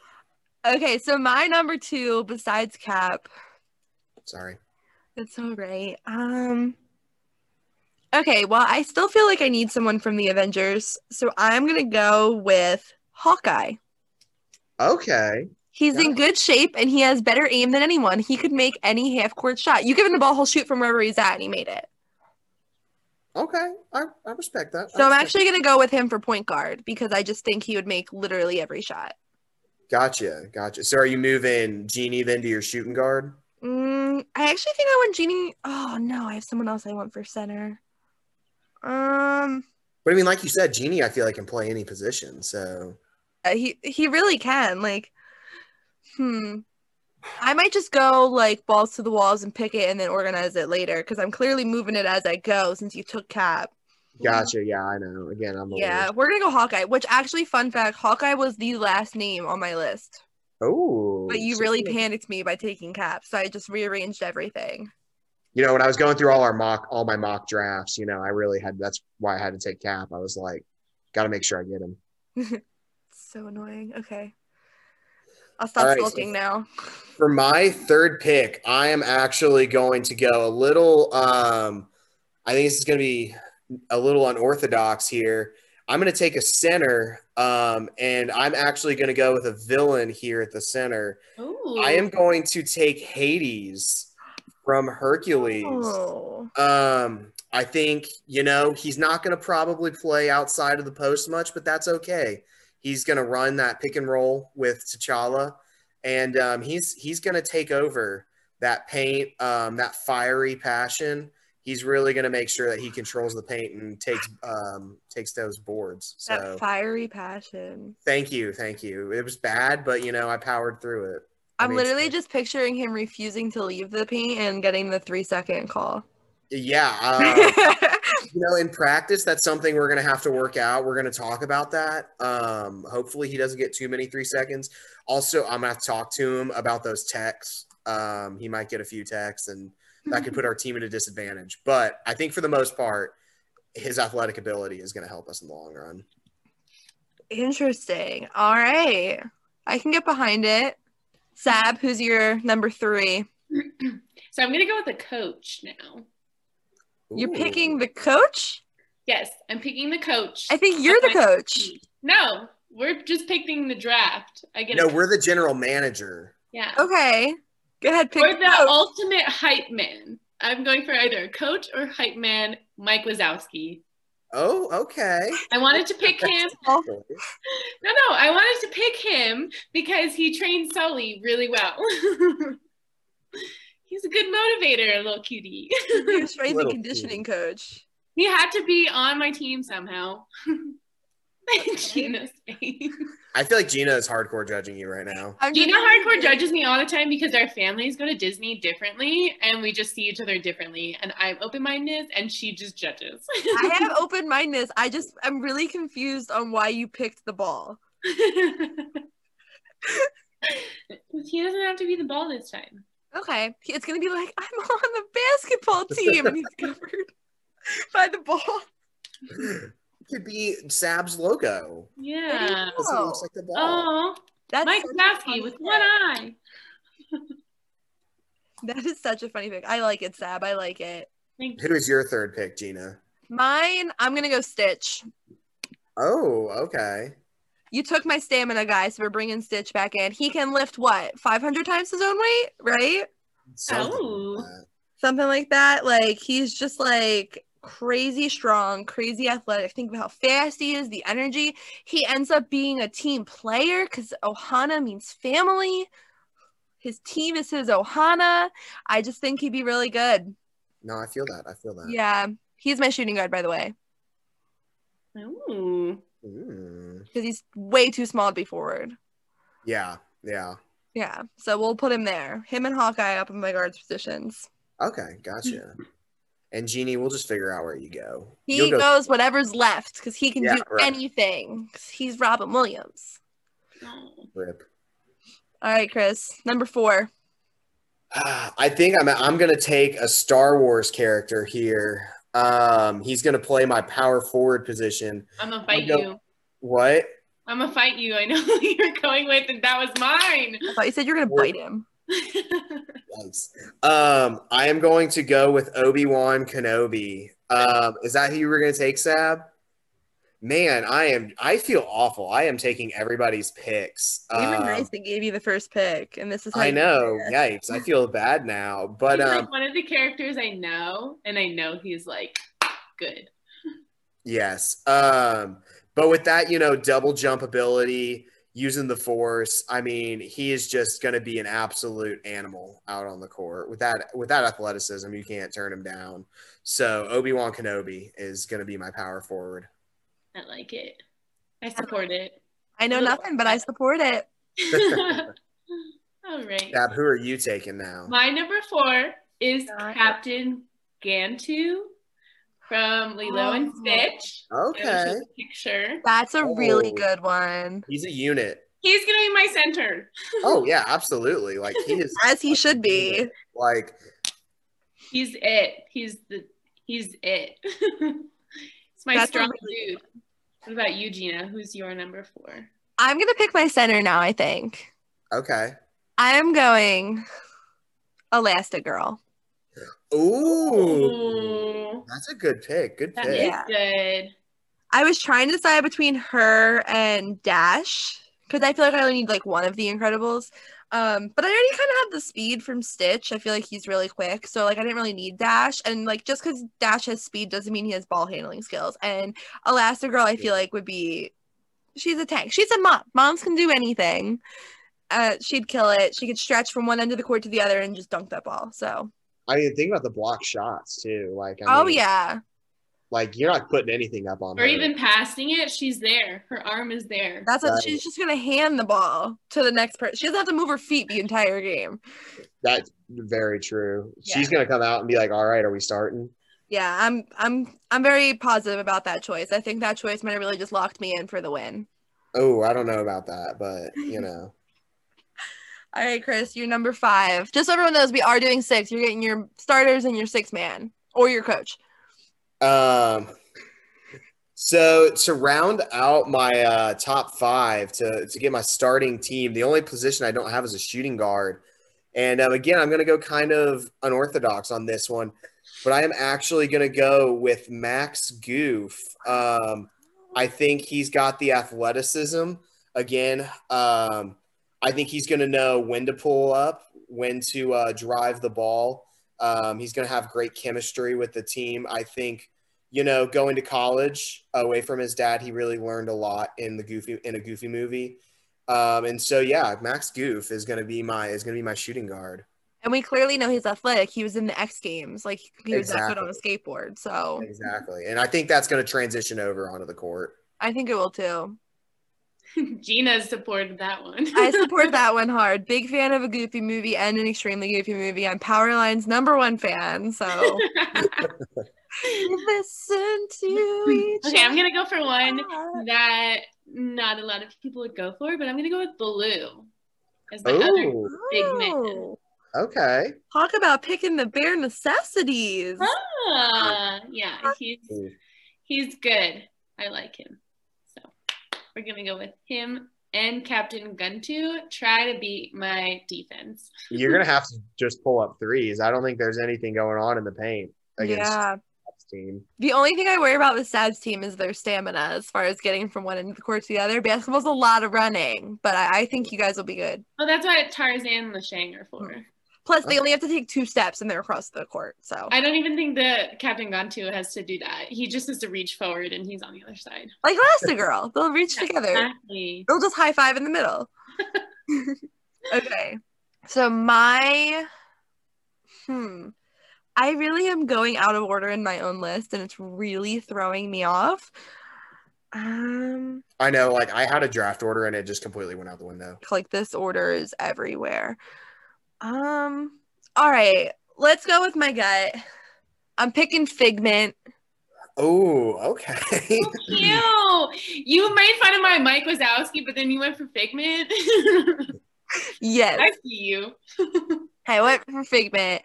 S1: Okay, so my number two besides Cap.
S3: Sorry.
S1: That's all right. Um. Okay, well, I still feel like I need someone from the Avengers, so I'm gonna go with Hawkeye.
S3: Okay.
S1: He's
S3: Yeah.
S1: in good shape and he has better aim than anyone. He could make any half court shot. You give him the ball, he'll shoot from wherever he's at, and he made it.
S3: Okay, I, I respect that. I
S1: So I'm
S3: respect-
S1: actually going to go with him for point guard because I just think he would make literally every shot.
S3: gotcha, gotcha. So are you moving Genie then to your shooting guard?
S1: Mm, I actually think I want Genie. Oh no, I have someone else I want for center. Um,
S3: But I mean, like you said, Genie, I feel like can play any position. So
S1: uh, he he really can. Like, hmm. I might just go like balls to the walls and pick it and then organize it later because I'm clearly moving it as I go since you took Cap.
S3: gotcha, yeah, I know. Again, I'm a
S1: Yeah, we're gonna go Hawkeye. Which actually, fun fact, Hawkeye was the last name on my list,
S3: Oh,
S1: but you really panicked me by taking Cap, so I just rearranged everything.
S3: you know, when I was going through all our mock, all my mock drafts, you know, I really had that's why I had to take Cap. I was like, got to make sure I get him.
S1: So annoying. Okay, I'll stop
S3: Alright, so-
S1: stalking now.
S3: For my third pick, I am actually going to go a little. Um, I think this is going to be a little unorthodox here. I'm going to take a center, um, and I'm actually going to go with a villain here at the center.
S2: Ooh.
S3: I am going to take Hades from Hercules.
S1: Oh.
S3: Um, I think you know he's not going to probably play outside of the post much, but that's okay. He's going to run that pick and roll with T'Challa, and um, he's he's going to take over that paint, um, that fiery passion. He's really going to make sure that he controls the paint and takes um, takes those boards. So
S1: That fiery passion.
S3: thank you, thank you. It was bad, but you know I powered through it. I
S1: I'm
S3: mean,
S1: literally
S3: it's-
S1: just picturing him refusing to leave the paint and getting the three second call.
S3: Yeah. Uh, you know, in practice, that's something we're going to have to work out. We're going to talk about that. Um, hopefully, he doesn't get too many three seconds. Also, I'm going to talk to him about those texts. Um, he might get a few texts, and that could put our team at a disadvantage. But I think for the most part, his athletic ability is going to help us in the long run.
S1: Interesting. All right. I can get behind it. Sab, who's your number three?
S2: so I'm gonna go with a coach now.
S1: You're
S3: Ooh.
S1: picking the coach?
S2: Yes, I'm picking the coach.
S1: I think you're the coach.
S2: No, we're just picking the draft. I get
S3: No,
S2: it.
S3: we're the general manager.
S2: yeah.
S1: Okay. Go ahead, Oh, pick
S2: or
S1: the
S2: the
S1: coach.
S2: ultimate hype man. I'm going for either a coach or hype man, Mike Wazowski.
S3: Oh, okay.
S2: I wanted to pick him. No, no, I wanted to pick him because he trained Sully really well. He's a good motivator, little cutie.
S1: Your strength and
S3: Little
S1: conditioning coach.
S2: He had to be on my team somehow. Gina's face.
S3: I feel like Gina is hardcore judging you right now.
S1: I'm
S2: Gina
S1: just-
S2: hardcore judges me all the time because our families go to Disney differently and we just see each other differently. And I'm open minded and she just judges.
S1: I have open mindedness. I just I'm really confused on why you picked the ball.
S2: he doesn't have to be the ball this time.
S1: Okay. It's gonna be like, I'm on the basketball team and he's covered by the ball.
S3: Could be Sab's logo.
S2: Yeah.
S3: That's what it looks like the ball.
S2: Oh,
S1: That's
S2: Mike
S1: such a funny
S2: Wazowski with one
S1: pick.
S2: eye.
S1: That is such a funny pick. I like it, Sab. I like it.
S2: Thank you.
S3: Who is your third pick, Gina?
S1: Mine, I'm gonna go Stitch.
S3: Oh, okay.
S1: You took my stamina guy, so we're bringing Stitch back in. He can lift what 500 times his own weight, right?
S3: Something
S2: Oh.
S3: like that.
S1: Something like that. Like he's just like crazy strong, crazy athletic. Think of how fast he is, the energy. He ends up being a team player because Ohana means family. His team is his Ohana. I just think he'd be really good.
S3: No, I feel that. I feel that.
S1: Yeah, he's my shooting guard, by the way.
S2: Ooh.
S3: Mm.
S1: because he's way too small to be forward.
S3: Yeah. Yeah.
S1: Yeah, so we'll put him there. Him and Hawkeye up in my guards positions.
S3: Okay. Gotcha. and Jeannie, we'll just figure out where you go.
S1: He
S3: You'll go-
S1: goes whatever's left because he can
S3: Yeah,
S1: do
S3: right.
S1: anything. 'cause he's Robin Williams.
S2: Oh.
S3: Rip.
S1: All right, Chris, number four.
S3: Ah, I think I'm. I'm gonna take a Star Wars character here. Um, he's gonna play my power forward position.
S2: I'm gonna fight
S3: I'll go-
S2: you.
S3: What?
S2: I'm gonna fight you. I know who you're going with, and that was mine.
S1: I thought you said you were gonna
S3: Four.
S1: bite him.
S3: Yikes. Um, I am going to go with Obi Wan Kenobi. Um, is that who you were going to take, Sab? Man, I am. I feel awful. I am taking everybody's picks.
S1: We were
S3: Um,
S1: nice that gave you the first pick, and this is how
S3: I
S1: you-
S3: know. Yikes. I feel bad now. But
S2: he's
S3: um,
S2: like one of the characters I know, and I know he's like, good.
S3: Yes. Um, but with that, you know, double jump ability, using the force, I mean, he is just going to be an absolute animal out on the court. With that with that athleticism, you can't turn him down. So, Obi-Wan Kenobi is going to be my power forward.
S2: I like it. I support it.
S1: I know nothing, but I support it.
S2: All right.
S3: Gab, who are you taking now?
S2: My number four is
S1: Got it.
S2: Captain Gantu from Lilo and
S1: Oh.
S2: Stitch. It was
S3: Okay.
S2: just a Picture.
S1: That's a really
S3: Oh.
S1: good one.
S3: He's a unit.
S2: He's gonna be my center.
S3: Oh yeah, absolutely. Like he is
S1: As he should be.
S3: like
S2: He's it. He's the. He's it. it's my
S1: That's a
S2: strong
S1: really
S2: dude. What about you, Gina? Who's your number four?
S1: I'm going to pick my center now, I think.
S3: okay.
S1: I am going Elastigirl.
S3: Ooh.
S2: Ooh,
S3: That's a good pick. Good
S2: that
S3: pick.
S2: is
S1: Yeah.
S2: good.
S1: I was trying to decide between her and Dash because I feel like I only need like one of the Incredibles. Um, but I already kind of have the speed from Stitch. I feel like he's really quick, so like I didn't really need Dash. And like just because Dash has speed doesn't mean he has ball handling skills. And Elastigirl, I feel like would be she's a tank. She's a mom. Moms can do anything. Uh, she'd kill it. She could stretch from one end of the court to the other and just dunk that ball. So
S3: I mean, think about the block shots too. Like I
S1: oh
S3: mean,
S1: yeah,
S3: like you're not putting anything up on
S2: Or
S3: her.
S2: even passing it, she's there. Her arm is there.
S1: that's what
S3: Right.
S1: she's just gonna hand the ball to the next person. She doesn't have to move her feet the entire game.
S3: That's very true.
S2: Yeah.
S3: She's gonna come out and be like, "All right, are we starting?"
S1: Yeah, I'm I'm I'm very positive about that choice. I think that choice might have really just locked me in for the win.
S3: Oh, I don't know about that, but you know,
S1: All right, Chris, you're number five. Just so everyone knows, we are doing six. You're getting your starters and your six man or your coach.
S3: um. So to round out my uh, top five to to get my starting team, the only position I don't have is a shooting guard, and um, again, I'm gonna go kind of unorthodox on this one, but I am actually gonna go with Max Goof. Um, I think he's got the athleticism. Again, um, I think he's going to know when to pull up, when to uh, drive the ball. Um, he's going to have great chemistry with the team. I think, you know, going to college away from his dad, he really learned a lot in the goofy in a goofy movie. Um, and so, yeah, Max Goof is going to be my is going to be my shooting guard.
S1: And we clearly know he's athletic. He was in the X Games, like he was that good on a skateboard. So
S3: Exactly, and I think that's going to transition over onto the court.
S1: I think it will too.
S2: Gina supported that one.
S1: I support that one hard. Big fan of a goofy movie and an extremely goofy movie. I'm Powerline's number one fan. So listen to each
S2: okay, I'm gonna go for one
S1: other.
S2: that not a lot of people would go for, but I'm gonna go with Baloo as my other.
S3: Oh,
S2: big man.
S1: Oh,
S3: okay.
S1: Talk about picking the bare necessities.
S2: Ah, yeah, he's he's good. I like him. So we're gonna go with him and Captain Guntu. Try to beat my defense.
S3: You're gonna have to just pull up threes. I don't think there's anything going on in the paint against
S1: Yeah.
S3: this team.
S1: The only thing I worry about with Sav's team is their stamina as far as getting from one end of the court to the other. Basketball's a lot of running, but I, I think you guys will be good.
S2: Oh, that's what Tarzan and Lashang are for.
S1: Plus, they only have to take two steps and they're across the court. So,
S2: I don't even think that Captain Guntu has to do that. He just has to reach forward and he's on the other side.
S1: like Elastigirl, they'll reach together.
S2: Exactly.
S1: They'll just high five in the middle. okay. So my hmm. I really am going out of order in my own list and it's really throwing me off. Um
S3: I know, like I had a draft order and it just completely went out the window.
S1: like this order is everywhere. Um all right, let's go with my gut. I'm picking Figment.
S3: Oh, okay.
S2: Ew! You made fun of my Mike Wazowski, but then you went for Figment.
S1: Yes.
S2: I see you.
S1: I went for Figment.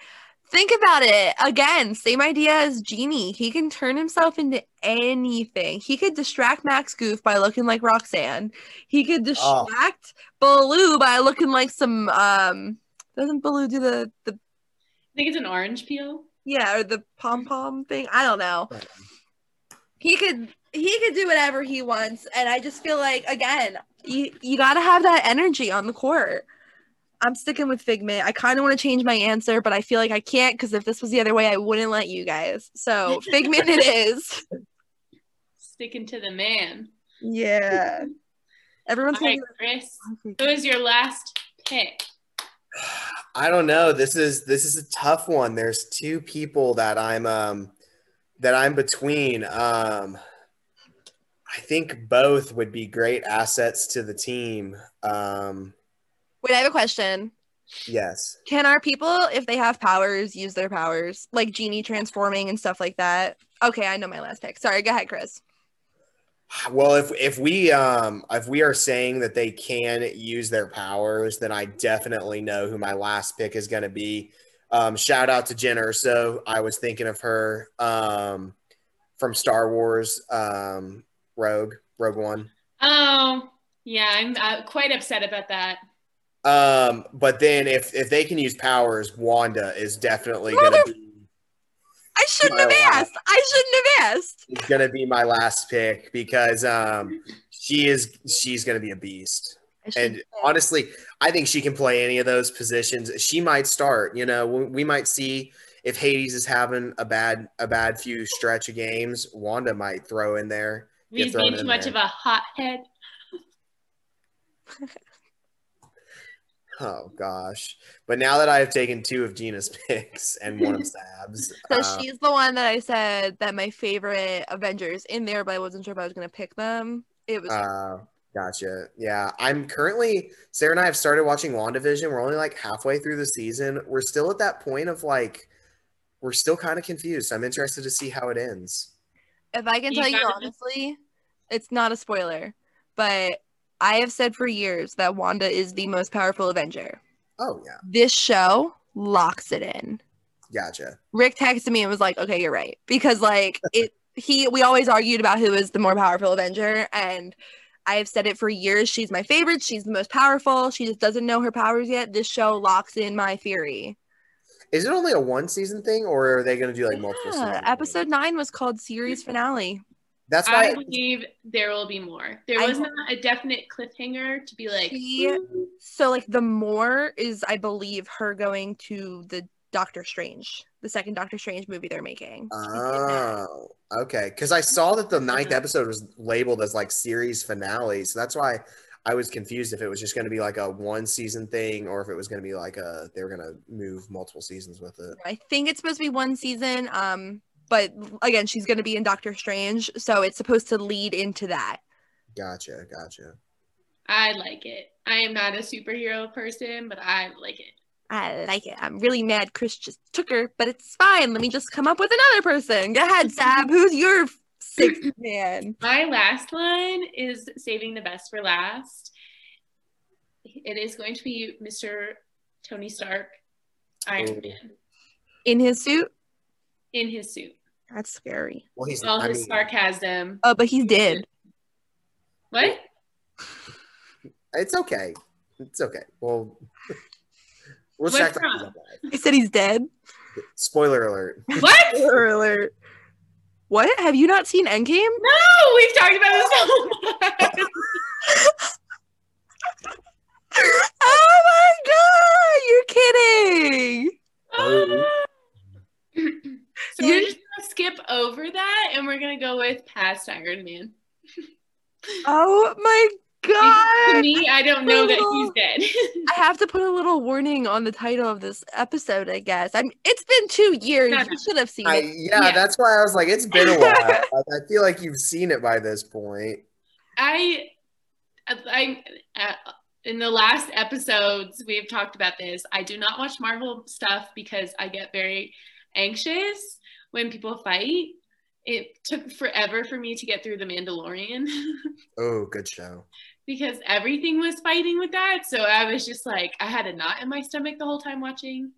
S1: Think about it again. Same idea as Genie. He can turn himself into anything. He could distract Max Goof by looking like Roxanne. He could
S3: Oh.
S1: distract Baloo by looking like some. um Doesn't Baloo do the the
S2: I think it's an orange peel.
S1: yeah or the pom pom thing? I don't know. He could he could do whatever he wants, and I just feel like again, you you got to have that energy on the court. I'm sticking with Figment. I kind of want to change my answer, but I feel like I can't because if this was the other way, I wouldn't let you guys. So Figment it is.
S2: Sticking to the man.
S1: Yeah. Everyone's
S2: All
S1: going
S2: right, Chris.
S1: to
S2: Who is your last pick?
S3: I don't know. This is this is a tough one. There's two people that I'm um that I'm between. Um I think both would be great assets to the team. Um
S1: Wait, I have a question.
S3: yes.
S1: Can our people, if they have powers, use their powers? Like genie transforming and stuff like that? Okay, I know my last pick. Sorry, go ahead, Chris.
S3: Well, if if we um if we are saying that they can use their powers, then I definitely know who my last pick is going to be. Um, shout out to Jen Erso. I was thinking of her um, from Star Wars um, Rogue Rogue One.
S2: Oh, yeah, I'm uh, quite upset about that.
S3: Um, but then if if they can use powers, Wanda is definitely gonna be
S1: I shouldn't have
S3: Smile.
S1: asked. I shouldn't have asked.
S3: is gonna be my last pick because um she is she's gonna be a beast.
S1: I shouldn't
S3: And
S1: have asked.
S3: honestly, I think she can play any of those positions. She might start, you know, we we might see if Hades is having a bad a bad few stretch of games, Wanda might throw in there. Get
S2: We've
S3: thrown
S2: been
S3: in
S2: too much
S3: there.
S2: of a hothead.
S3: Oh gosh. But now that I've taken two of Gina's picks and one of Sab's.
S1: So
S3: uh,
S1: she's the one that I said that my favorite Avengers in there, but I wasn't sure if I was gonna pick them. It was
S3: Uh, gotcha. Yeah, I'm currently Sarah and I have started watching WandaVision. We're only like halfway through the season. We're still at that point of like we're still kind of confused. I'm interested to see how it ends.
S1: if I can
S2: You
S1: tell you
S2: got it.
S1: honestly, it's not a spoiler, but I have said for years that Wanda is the most powerful Avenger.
S3: Oh yeah,
S1: This show locks it in.
S3: gotcha.
S1: Rick texted me and was like, "Okay, you're right," because like it, he we always argued about who is the more powerful Avenger, and I have said it for years. She's my favorite. She's the most powerful. She just doesn't know her powers yet. This show locks in my theory.
S3: Is it only a one season thing, or are they going to do like multiple?
S1: Yeah,
S3: seasons?
S1: episode nine was called series finale.
S3: That's why.
S2: I believe there will be more. There
S1: I
S2: was
S1: hope-
S2: not a definite cliffhanger to be like,
S1: She- So like the more is I believe her going to the Doctor Strange, the second Doctor Strange movie they're making. She's in that.
S3: Oh, okay. Because I saw that the ninth episode was labeled as like series finale, so that's why I was confused if it was just going to be like a one season thing or if it was going to be like a they were going to move multiple seasons with it.
S1: I think it's supposed to be one season. Um, but again, she's going to be in Doctor Strange, so it's supposed to lead into that.
S3: Gotcha, gotcha.
S2: I like it. I am not a superhero person, but I like it.
S1: I like it. I'm really mad Chris just took her, but it's fine. Let me just come up with another person. Go ahead, Sab. Who's your sixth man?
S2: My last one is saving the best for last. It is going to be Mr. Tony Stark, Iron
S3: Ooh.
S2: Man,
S1: In his suit?
S2: in his suit.
S1: That's scary.
S3: Well, he's
S2: All
S3: I
S2: his
S3: mean,
S2: sarcasm.
S1: Oh, but he's dead.
S2: What?
S3: it's okay. It's okay. Well, we'll
S2: What's
S3: check. the-
S2: wrong?
S1: He said he's dead.
S3: Spoiler alert.
S2: What?
S1: Spoiler alert. What? Have you not seen Endgame?
S2: No, we've talked about this so much.
S1: oh my god! You're kidding.
S3: Oh.
S2: so
S1: You-
S2: we're just gonna skip over that and we're gonna go with past Iron Man.
S1: Oh my
S2: to
S1: god!
S2: me, I don't know that
S1: little-
S2: he's dead.
S1: I have to put a little warning on the title of this episode, I guess. I'm it's been two years.
S2: No, no.
S1: You should have seen
S3: I,
S1: it.
S3: yeah,
S2: Yeah.
S3: that's why I was like, it's been a while. I, I feel like you've seen it by this point.
S2: I, I, I, in the last episodes we have talked about this. I do not watch Marvel stuff because I get very anxious when people fight. It took forever for me to get through The Mandalorian
S3: Oh, good show.
S2: because everything was fighting with that. So I was just like, I had a knot in my stomach the whole time watching.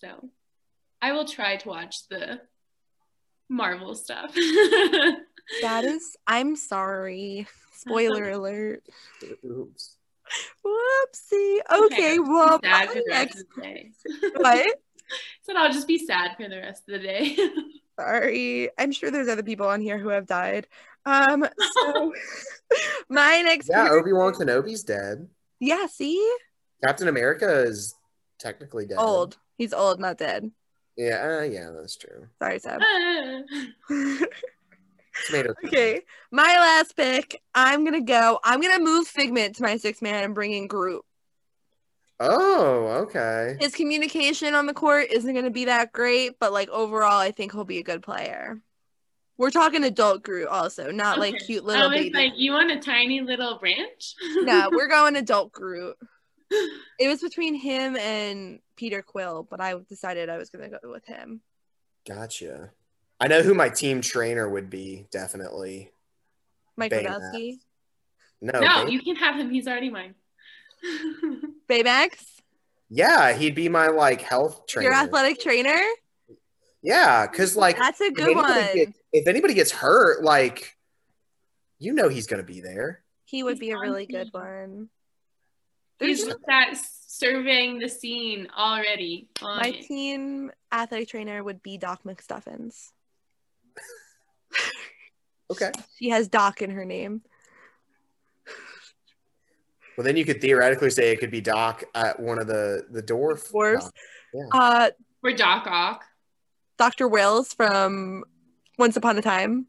S2: So I will try to watch the Marvel stuff.
S1: Oh, That is I'm sorry. Spoiler alert.
S3: Oops.
S1: Whoopsie. Okay, well my
S2: sad for the rest
S1: next
S2: of the day.
S1: what?
S2: So I'll just be sad for the rest of the day.
S1: Sorry. I'm sure there's other people on here who have died. Um so my next
S3: Yeah,
S1: person-
S3: Obi Wan Kenobi's dead.
S1: yeah, see?
S3: Captain America is technically dead.
S1: Old. He's old, not dead.
S3: Yeah, uh, yeah, that's true.
S1: Sorry, Seb.
S2: Ah.
S3: Tomato.
S1: okay. My last pick. I'm gonna go. I'm gonna move Figment to my sixth man and bring in Groot.
S3: Oh, okay.
S1: His communication on the court isn't gonna be that great, but like overall, I think he'll be a good player. We're talking adult Groot also, not like
S2: Okay.
S1: cute
S2: I
S1: little
S2: was
S1: baby.
S2: like, you want a tiny little branch?
S1: no, we're going adult Groot. It was between him and Peter Quill, but I decided I was gonna go with him.
S3: Gotcha. I know who my team trainer would be, definitely.
S1: Mike
S3: Baymax.
S1: Wazowski.
S3: No.
S2: no,
S3: Bay-
S2: you can have him. He's already mine.
S1: Baymax,
S3: yeah, he'd be my like health trainer.
S1: your athletic trainer.
S3: yeah, because like
S1: That's a
S3: if
S1: good
S3: anybody
S1: one.
S3: gets- if anybody gets hurt, like you know he's gonna be there.
S1: He would
S2: He's
S1: be a
S2: on
S1: really
S2: the
S1: good
S2: team.
S1: one.
S2: He's
S1: There's
S2: just that surveying the scene already. On
S1: my
S2: it.
S1: team athletic trainer would be Doc McStuffins.
S3: Okay.
S1: She has Doc in her name.
S3: Well, then you could theoretically say it could be Doc at one of the the dwarf.
S1: Dwarfs.
S3: Doc.
S1: Uh,
S2: Or Doc Ock.
S1: Dr. Wills from Once Upon a Time.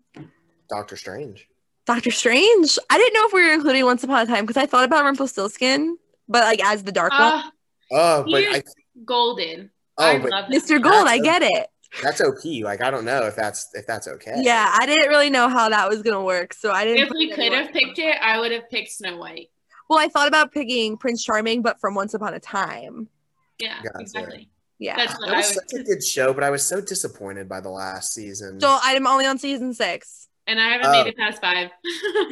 S3: Doctor Strange.
S1: Doctor Strange. I didn't know if we were including Once Upon a Time because I thought about Rumpelstiltskin, but like as the dark one.
S2: Ah,
S3: Oh, but
S2: Here's-
S3: I,
S2: golden. I
S3: oh, but
S2: love this.
S1: Mr. Gold, I
S3: that's-
S1: get it.
S3: that's OP. Like I don't know if that's if that's okay.
S1: Yeah, I didn't really know how that was gonna work, so I didn't.
S2: If
S1: put
S2: we
S1: it
S2: could
S1: anywhere.
S2: have picked it, I would have picked Snow White.
S1: well, I thought about picking Prince Charming, but from Once Upon a Time.
S2: Yeah,
S3: Gotcha.
S2: exactly.
S1: Yeah.
S2: That's
S3: That
S2: what I
S3: was
S2: would.
S3: such a good show, but I was so disappointed by the last season.
S1: so I'm only on season six.
S2: And I haven't
S3: Oh.
S2: made it past five.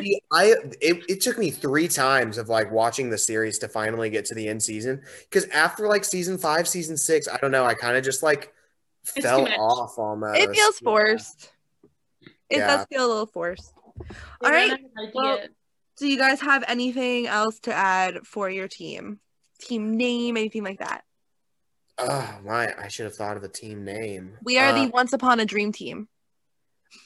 S3: See, I it, it took me three times of like watching the series to finally get to the end season because after like season five, season six, I don't know, I kind of just like
S2: too
S3: fell
S2: much.
S3: off almost.
S1: it feels forced. It
S3: Yeah.
S1: does feel a little forced.
S2: They
S1: All right.
S2: ran out of ideas.
S1: Well, Do you guys have anything else to add for your team? Team name, anything like that?
S3: Oh my! I should have thought of a team name.
S1: We are
S3: Uh,
S1: the Once Upon a Dream team.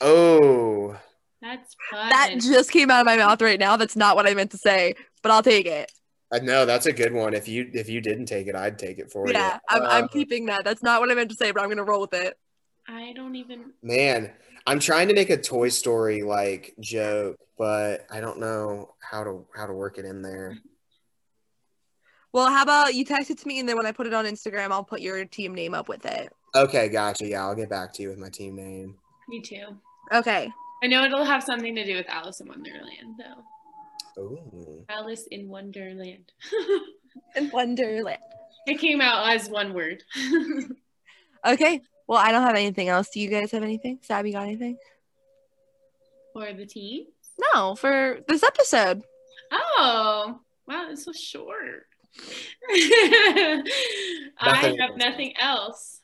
S3: oh.
S2: that's fun.
S1: That just came out of my mouth right now. That's not what I meant to say, but I'll take it.
S3: Uh, No, that's a good one. If you if you didn't take it, I'd take it for you.
S1: Yeah, I'm, I'm
S3: Uh,
S1: keeping that. That's not what I meant to say, but I'm gonna roll with it.
S2: I don't even.
S3: Man, I'm trying to make a Toy Story like joke, but I don't know how to how to work it in there.
S1: Well, how about you text it to me, and then when I put it on Instagram, I'll put your team name up with it.
S3: Okay, gotcha. Yeah, I'll get back to you with my team name.
S2: Me too.
S1: Okay.
S2: I know it'll have something to do with Alice in Wonderland, though.
S3: Ooh.
S2: Alice in Wonderland.
S1: In Wonderland.
S2: it came out as one word.
S1: Okay. Well, I don't have anything else. Do you guys have anything? Sab, you got anything?
S2: For the team.
S1: No, for this episode.
S2: Oh, wow, it's so short. I
S3: Nothing
S2: have
S3: else.
S2: nothing else.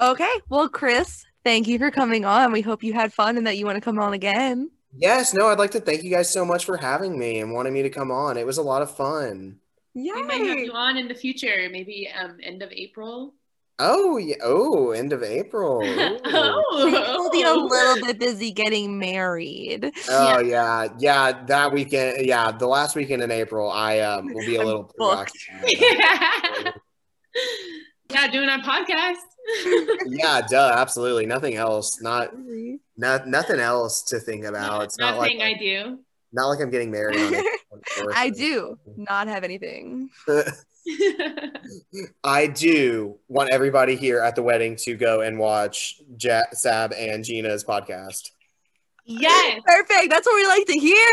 S1: Okay. Well, Chris, thank you for coming on. We hope you had fun and that you want to come on again.
S3: Yes, no, I'd like to thank you guys so much for having me and wanting me to come on. It was a lot of fun.
S1: Yeah.
S2: We might have you on in the future, maybe um, end of April.
S3: Oh, yeah. Oh, end of April. Ooh. oh.
S1: We'll be a
S2: oh,
S1: little bit busy getting married.
S3: Oh, yeah. Yeah, that weekend. Yeah, the last weekend in April, I um, will be a
S1: I'm
S3: little
S1: booked.
S3: preoccupied.
S2: yeah. yeah, doing a podcast.
S3: yeah, duh, absolutely. Nothing else. Not not nothing else to think about. It's not like
S2: Nothing I do.
S3: not like I'm getting married on April 24th.
S1: I do not have anything.
S3: I do want everybody here at the wedding to go and watch ja- Sab and Gina's podcast.
S2: yes.
S1: Perfect. That's what we like to hear.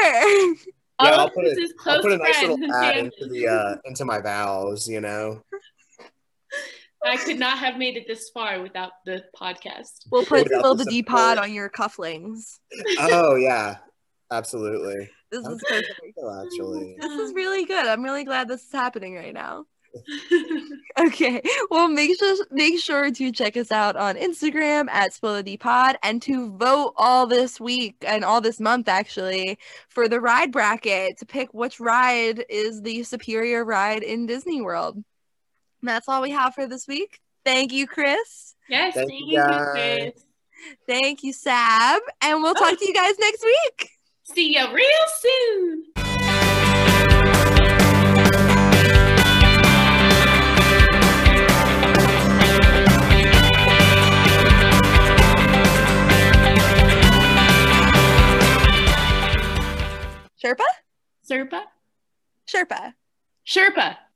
S2: All
S3: Yeah, I'll
S2: of
S3: put
S2: Oh, this
S3: it-
S2: is close
S3: I'll put a nice
S2: friends
S3: little
S2: and
S3: ad
S2: family.
S3: into the uh, into my vows. You know,
S2: I could not have made it this far without the podcast.
S1: We'll put
S3: Without
S1: Spill
S3: the
S1: the D pod
S3: support.
S1: on your cufflings.
S3: oh yeah, absolutely.
S1: This
S3: Okay.
S1: is perfect.
S3: Oh, Actually,
S1: This is really good. I'm really glad this is happening right now. Okay. Well, make sure make sure to check us out on Instagram at Spill the D Pod and to vote all this week and all this month actually for the ride bracket to pick which ride is the superior ride in Disney World. And that's all we have for this week. Thank you, Chris.
S2: yes,
S3: Thank
S2: thank,
S3: you,
S2: you,
S3: guys.
S2: Chris.
S1: Thank you, Sab. And we'll talk to you guys next week.
S2: See you real soon. Sherpa?
S1: Serpa?
S2: Sherpa.
S1: Sherpa.